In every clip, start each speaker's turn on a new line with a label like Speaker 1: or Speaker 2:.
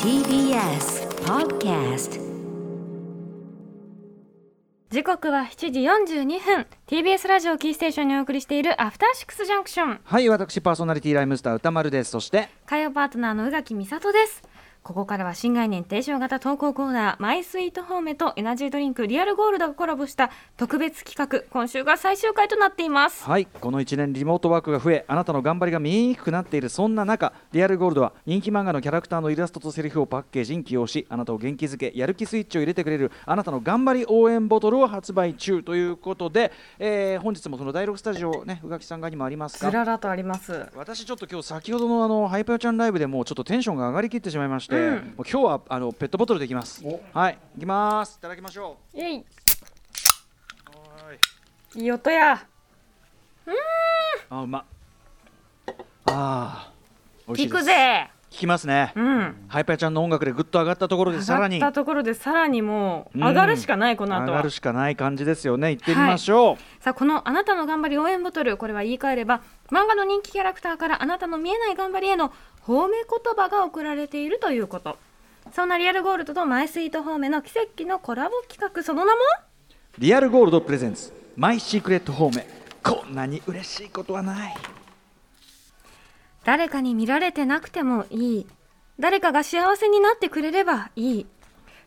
Speaker 1: TBS Podcast
Speaker 2: 時刻は7時42分 TBS ラジオキーステーションにお送りしているアフターシックスジャンクション
Speaker 3: はい私パーソナリティライムスター歌丸ですそして
Speaker 2: 火曜パートナーの宇垣美里ですここからは新概念提唱型投稿コーナーマイスイートホームとエナジードリンクリアルゴールドがコラボした特別企画今週が最終回となっています
Speaker 3: はいこの1年リモートワークが増えあなたの頑張りが見えにくくなっているそんな中リアルゴールドは人気漫画のキャラクターのイラストとセリフをパッケージに起用しあなたを元気づけやる気スイッチを入れてくれるあなたの頑張り応援ボトルを発売中ということで、えー本日もその第6スタジオね宇垣さんがにもありますか
Speaker 2: らとあります
Speaker 3: 私ちょっと今日先ほどのあのハイパーちゃんライブでもうちょっとテンションが上がりきってしまいまし
Speaker 2: う
Speaker 3: て、
Speaker 2: ん
Speaker 3: もう今日はあのペットボトルでいきます
Speaker 4: お
Speaker 3: はいいきますいただきましょ
Speaker 2: えいう
Speaker 3: はーい
Speaker 2: いい音や
Speaker 3: あうまあー美味し
Speaker 2: 聞
Speaker 3: いで
Speaker 2: く
Speaker 3: す
Speaker 2: ぜ
Speaker 3: 聞きますね、
Speaker 2: うん
Speaker 3: ハイパーちゃんの音楽でぐっと上がったところでさらに
Speaker 2: 上がったところでさらにもう
Speaker 3: うん
Speaker 2: 上がるしかないこの
Speaker 3: 上
Speaker 2: 後
Speaker 3: が
Speaker 2: は
Speaker 3: るしかない感じですよね行ってみましょう、
Speaker 2: さあこの「あなたの頑張り応援ボトル」これは言い換えれば漫画の人気キャラクターからあなたの見えない頑張りへの褒め言葉が送られているということそんなリアルゴールドとマイスイート方面の奇跡のコラボ企画その名も
Speaker 3: リアルゴールドプレゼンツマイシークレットホームこんなに嬉しいことはない
Speaker 2: 誰かに見られてなくてもいい誰かが幸せになってくれればいい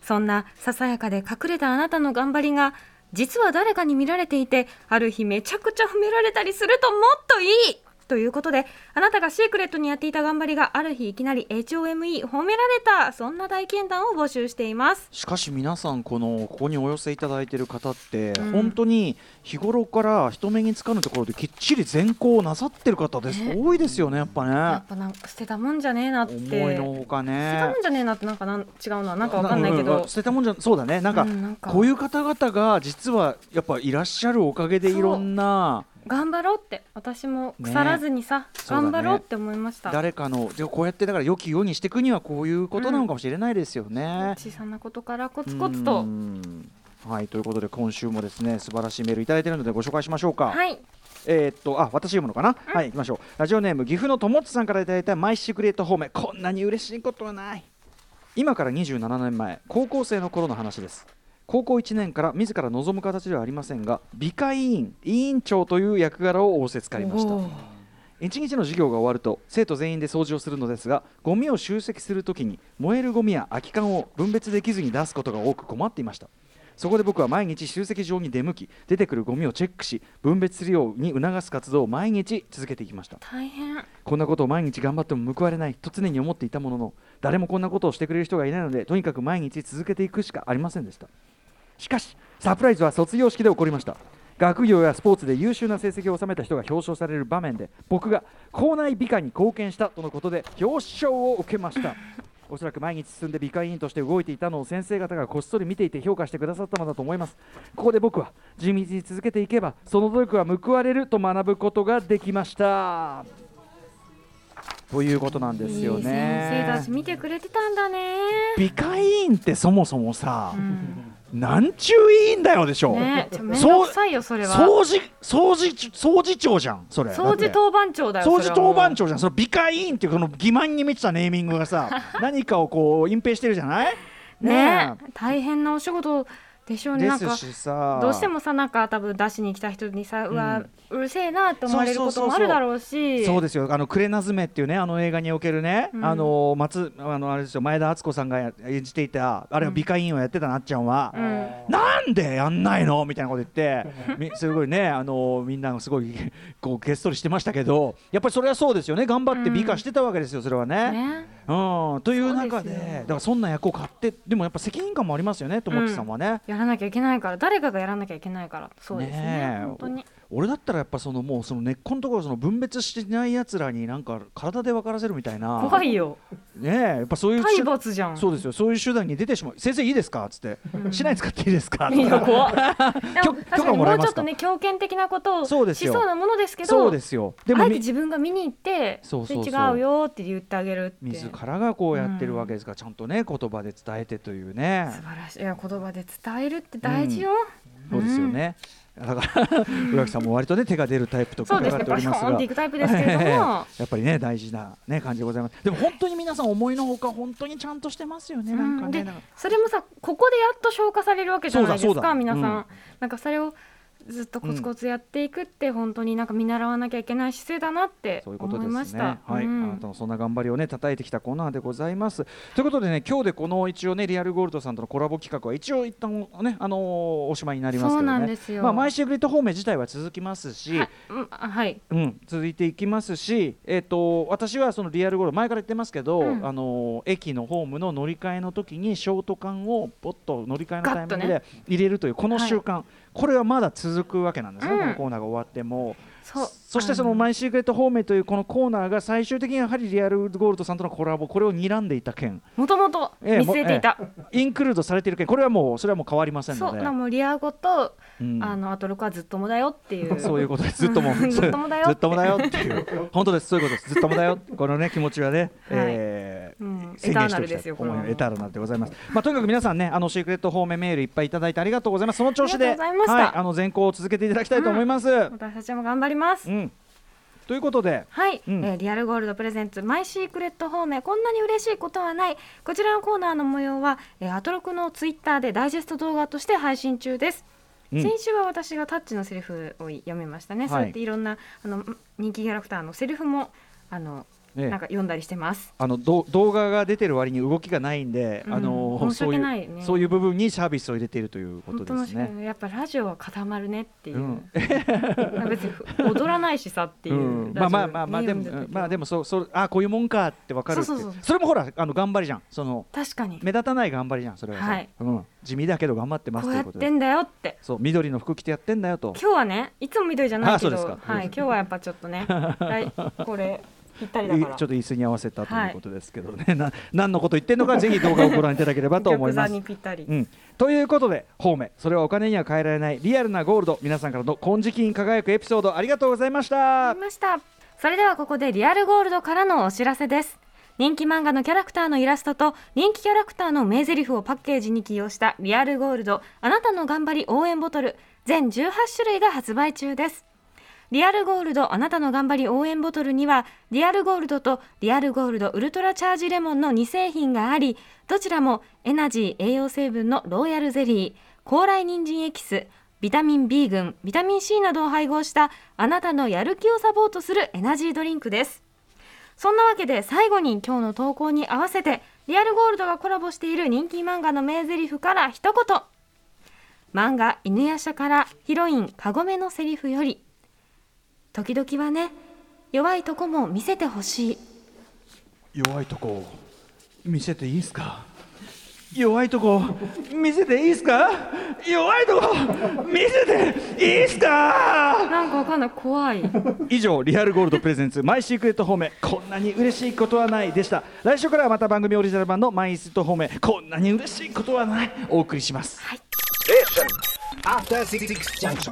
Speaker 2: そんなささやかで隠れたあなたの頑張りが実は誰かに見られていてある日めちゃくちゃ褒められたりするともっといいということであなたがシークレットにやっていた頑張りがある日いきなり HOME 褒められたそんな体験談を募集しています
Speaker 3: しかし皆さんこのここにお寄せいただいている方って、
Speaker 2: うん
Speaker 3: 本当に日頃から人目につかぬところできっちり善行をなさってる方です、
Speaker 2: ね
Speaker 3: 多いですよねやっ
Speaker 2: や
Speaker 3: ぱ
Speaker 2: っぱなんか捨てたもんじゃねえなっ
Speaker 3: ね
Speaker 2: て
Speaker 3: 思いのほか
Speaker 2: 捨てた
Speaker 3: ね
Speaker 2: もんじゃねえなってなんかなん違うのはなんかわかんないけ
Speaker 3: うう
Speaker 2: ど
Speaker 3: う捨てたもんじゃそうだねなんか、
Speaker 2: うんなんか
Speaker 3: こういう方々が実はやっぱいらっしゃるおかげで
Speaker 2: そう
Speaker 3: いろんな
Speaker 2: 頑張ろうって私も
Speaker 3: ね
Speaker 2: 腐らずにさ、
Speaker 3: そうだね
Speaker 2: 頑張ろうって思いました、
Speaker 3: 誰かのでこうやってだから良き世にしていくにはこういうことなのかもしれないですよね。
Speaker 2: 小さなことからコツコツと
Speaker 3: うんはいということで今週もですね素晴らしいメールいただいてるのでご紹介しましょうか。
Speaker 2: はい
Speaker 3: えーっとあ私読むのかな、はい行きましょうラジオネーム岐阜のともっちさんからいただいたマイシークレット方面こんなに嬉しいことはない今から27年前高校生の頃の話です高校1年から自ら望む形ではありませんが美会委員委員長という役柄を仰せつかりました
Speaker 2: おー
Speaker 3: 1日の授業が終わると生徒全員で掃除をするのですがゴミを集積するときに燃えるゴミや空き缶を分別できずに出すことが多く困っていましたそこで僕は毎日集積場に出向き出てくるゴミをチェックし分別するように促す活動を毎日続けていきました
Speaker 2: 大変
Speaker 3: こんなことを毎日頑張っても報われないと常に思っていたものの誰もこんなことをしてくれる人がいないのでとにかく毎日続けていくしかありませんでしたしかしサプライズは卒業式で起こりました学業やスポーツで優秀な成績を収めた人が表彰される場面で僕が校内美化に貢献したとのことで表彰を受けましたおそらく毎日進んで美化委員として動いていたのを先生方がこっそり見ていて評価してくださったのだと思いますここで僕は地道に続けていけばその努力は報われると学ぶことができましたということなんですよ
Speaker 2: いい先生たち
Speaker 3: ね
Speaker 2: 見てくれてたんだね
Speaker 3: 美化委員ってそもそもさ、
Speaker 2: うん
Speaker 3: なんちゅう委員だよでしょ、
Speaker 2: ねちょめんどくさいよそれは
Speaker 3: 掃除掃除掃除長じゃんそれ
Speaker 2: 掃除当番長だよ
Speaker 3: 掃除当番
Speaker 2: 長
Speaker 3: 長じゃんその美化委員っていうこの欺瞞に満ちたネーミング がさ何かをこう隠蔽してるじゃない
Speaker 2: ね大変なお仕事でしょうね
Speaker 3: で
Speaker 2: なん
Speaker 3: す
Speaker 2: か
Speaker 3: しさ
Speaker 2: どうしてもさなんか多分出しに来た人にさ、うわうるせえなって思われる
Speaker 3: そう
Speaker 2: こ
Speaker 3: そう
Speaker 2: と
Speaker 3: そうそ
Speaker 2: もあ
Speaker 3: う
Speaker 2: るだろうし
Speaker 3: そうですよあの「クレナズメ」っていうねあの映画におけるね、
Speaker 2: うん
Speaker 3: あの松あのあれですよ前田敦子さんがや演じていたあれは美化委員をやってたなっちゃんは、
Speaker 2: うん
Speaker 3: なんでやんないのみたいなこと言ってみすごいねあのみんなすごいこうげっそりしてましたけどやっぱりそれはそうですよね頑張って美化してたわけですよそれはね。
Speaker 2: ね
Speaker 3: うん、という中
Speaker 2: そう
Speaker 3: で
Speaker 2: ですよ
Speaker 3: だからそんな役を買ってでもやっぱ責任感もありますよねともっちさんはね。
Speaker 2: やらなきゃいけないから誰かがやらなきゃいけないからそうですね
Speaker 3: ねえ
Speaker 2: 本当に
Speaker 3: 俺だったらやっぱそのもうその根っこのところその分別してないやつらになんか体で分からせるみたいな
Speaker 2: 怖いよ
Speaker 3: ねえやっぱそういう
Speaker 2: 体罰じゃん
Speaker 3: そうですよそういう手段に出てしまう先生いいですかっつって、しない使っていいですか
Speaker 2: いや怖 い。
Speaker 3: 許
Speaker 2: 確か
Speaker 3: 許可
Speaker 2: に
Speaker 3: も
Speaker 2: も
Speaker 3: らえ
Speaker 2: う
Speaker 3: ま
Speaker 2: ちょ
Speaker 3: す
Speaker 2: っ
Speaker 3: か
Speaker 2: とね強権的なことをし
Speaker 3: そ
Speaker 2: そう
Speaker 3: ですよ
Speaker 2: うなものですけど、
Speaker 3: そうですよで
Speaker 2: あ
Speaker 3: も
Speaker 2: えて
Speaker 3: み
Speaker 2: 自分が見に行って、
Speaker 3: そうそうそ
Speaker 2: れ
Speaker 3: う
Speaker 2: 違うよって言ってあげるって。
Speaker 3: 自らがこうやってるわけですから、ちゃんとね言葉で伝えてというね
Speaker 2: 素晴らしいいや言葉で伝えるって大事よ。
Speaker 3: 本そうですよね、だから 浦木さんも割とね手が出るタイプと
Speaker 2: そうで
Speaker 3: 伺っ
Speaker 2: すね
Speaker 3: てお
Speaker 2: バ
Speaker 3: り
Speaker 2: ショ
Speaker 3: ます
Speaker 2: ーン
Speaker 3: が
Speaker 2: っていくタイプですけれど も
Speaker 3: やっぱりね大事な、ね、感じでございますでも本当に皆さん思いのほか本当にちゃんとしてますよね、なんか
Speaker 2: うん
Speaker 3: ね
Speaker 2: で
Speaker 3: なんか
Speaker 2: それもさここでやっと消化されるわけじゃないで
Speaker 3: そ
Speaker 2: す
Speaker 3: うだそうだ
Speaker 2: か皆さん、
Speaker 3: うん
Speaker 2: なんかそれをずっとコツコツやっていくって本当になんか見習わなきゃいけない姿勢だなって
Speaker 3: そういうこと
Speaker 2: 思
Speaker 3: で
Speaker 2: いまし
Speaker 3: すね。
Speaker 2: た。
Speaker 3: はい、
Speaker 2: うん
Speaker 3: あなたのそんな頑張りをね叩いてきたコーナーでございます。ということでね、今日でこの一応ねリアルゴールドさんとのコラボ企画は一応一旦ねあのーおしまいになりますけどね。
Speaker 2: そうなんですよ
Speaker 3: まあ毎週グリッド方面自体は続きますし、
Speaker 2: はいうんあはい、
Speaker 3: うん、続いていきますし、えっと私はそのリアルゴールド前から言ってますけど、
Speaker 2: うん
Speaker 3: あのー駅のホームの乗り換えの時にショート缶をポッと乗り換えのタイミン
Speaker 2: ガ
Speaker 3: グ
Speaker 2: ッと
Speaker 3: で入れるというこの習慣、これはまだ続くわけなんですね。
Speaker 2: うん
Speaker 3: このコーナーが終わっても。
Speaker 2: そう
Speaker 3: そしてその
Speaker 2: あ
Speaker 3: マイシークレット方面というこのコーナーが最終的にやはりリアルゴールドさんとのコラボこれを睨んでいた件
Speaker 2: もともと見
Speaker 3: ええも
Speaker 2: 据えていた、
Speaker 3: インクルードされている件これはもうそれはもう変わりません
Speaker 2: そ
Speaker 3: の
Speaker 2: う
Speaker 3: で
Speaker 2: なもうリアゴと、
Speaker 3: うん
Speaker 2: あのアトロクはずっともだよっていう
Speaker 3: そういうことですずっとも
Speaker 2: ずっともだよ
Speaker 3: ずっともだよっていう本当ですそういうことですずっともだよこのね気持ちはね、
Speaker 2: はい
Speaker 3: えー
Speaker 2: うん
Speaker 3: 宣言
Speaker 2: エタ
Speaker 3: しておきた
Speaker 2: ーナル
Speaker 3: い
Speaker 2: ですよ
Speaker 3: 思い
Speaker 2: これは
Speaker 3: エターナルでございます、まあ、とにかく皆さんねあのシークレット方面メールいっぱいいただいてありがとうございますその調子で
Speaker 2: ありがとうございました
Speaker 3: はい、あの前行を続けていただきたいと思います、うん
Speaker 2: 私たちも頑張ります。
Speaker 3: ということで
Speaker 2: はい、
Speaker 3: うん
Speaker 2: えーリアルゴールドプレゼンツマイシークレット方面こんなに嬉しいことはないこちらのコーナーの模様は、えーアトロクのツイッターでダイジェスト動画として配信中です、
Speaker 3: うん
Speaker 2: 先週は私がタッチのセリフを読みましたね、
Speaker 3: はい
Speaker 2: そうやっていろんなあの人気キャラクターのセリフもあの
Speaker 3: ええ
Speaker 2: なんか読んだりしてます
Speaker 3: あのど動画が出てる割に動きがないんで、
Speaker 2: うん
Speaker 3: あのー
Speaker 2: 申し訳ない
Speaker 3: そうい
Speaker 2: ね
Speaker 3: うそういう部分にサービスを入れているというこ
Speaker 2: 本
Speaker 3: と
Speaker 2: 当
Speaker 3: で
Speaker 2: の
Speaker 3: すね。
Speaker 2: やっぱラジオは固まるねっていう、
Speaker 3: うん
Speaker 2: 別に踊らないしさっていうう、
Speaker 3: ん、まあまあまあまあでもうんまあでもそうそうあこういうもんかってわかるって
Speaker 2: そうそうそう
Speaker 3: それもほらあの頑張りじゃんその
Speaker 2: 確かに
Speaker 3: 目立たない頑張りじゃんそれはさ、
Speaker 2: はい
Speaker 3: うん、地味だけど頑張ってます
Speaker 2: ことう
Speaker 3: い
Speaker 2: や
Speaker 3: う
Speaker 2: っ
Speaker 3: こと
Speaker 2: て
Speaker 3: で
Speaker 2: んだよって
Speaker 3: そう緑の服着てやってんだよと
Speaker 2: 今日はねいつも緑じゃないけど
Speaker 3: あそうですか
Speaker 2: はい、今日はやっぱちょっと ね来これぴったりだ
Speaker 3: いち
Speaker 2: か
Speaker 3: ょ
Speaker 2: ら
Speaker 3: っと椅子に合わせたということですけどね、な何のこと言ってんのかぜひ動画をご覧いただければと思いま
Speaker 2: お客さん
Speaker 3: す
Speaker 2: に。ぴったり、
Speaker 3: うん、ということで方面それはお金には変えられないリアルなゴールド皆さんからの金色に輝くエピソードありがとうございました
Speaker 2: ありましたそれではここでリアルゴールドからのお知らせです人気漫画のキャラクターのイラストと人気キャラクターの名台詞をパッケージに起用したリアルゴールドあなたの頑張り応援ボトル全18種類が発売中ですリアルゴールドあなたの頑張り応援ボトルにはリアルゴールドとリアルゴールドウルトラチャージレモンの2製品がありどちらもエナジー栄養成分のローヤルゼリー高麗人参エキスビタミン B 群ビタミン C などを配合したあなたのやる気をサポートするエナジードリンクですそんなわけで最後に今日の投稿に合わせてリアルゴールドがコラボしている人気漫画の名台詞から一言漫画「犬夜叉」からヒロインカゴメのセリフより「時々はね弱いとこも見せてほしい
Speaker 3: 弱いとこ見せていいですか弱いとこ見せていいですか弱いとこ見せていいです」か
Speaker 2: なんかわかんない怖い
Speaker 3: 以上リアルゴールドプレゼンツマイシークレット方面こんなに嬉しいことはないでした来週からはまた番組オリジナル版のマイシークレット方面こんなに嬉しいことはないお送りします
Speaker 4: After Six Junction.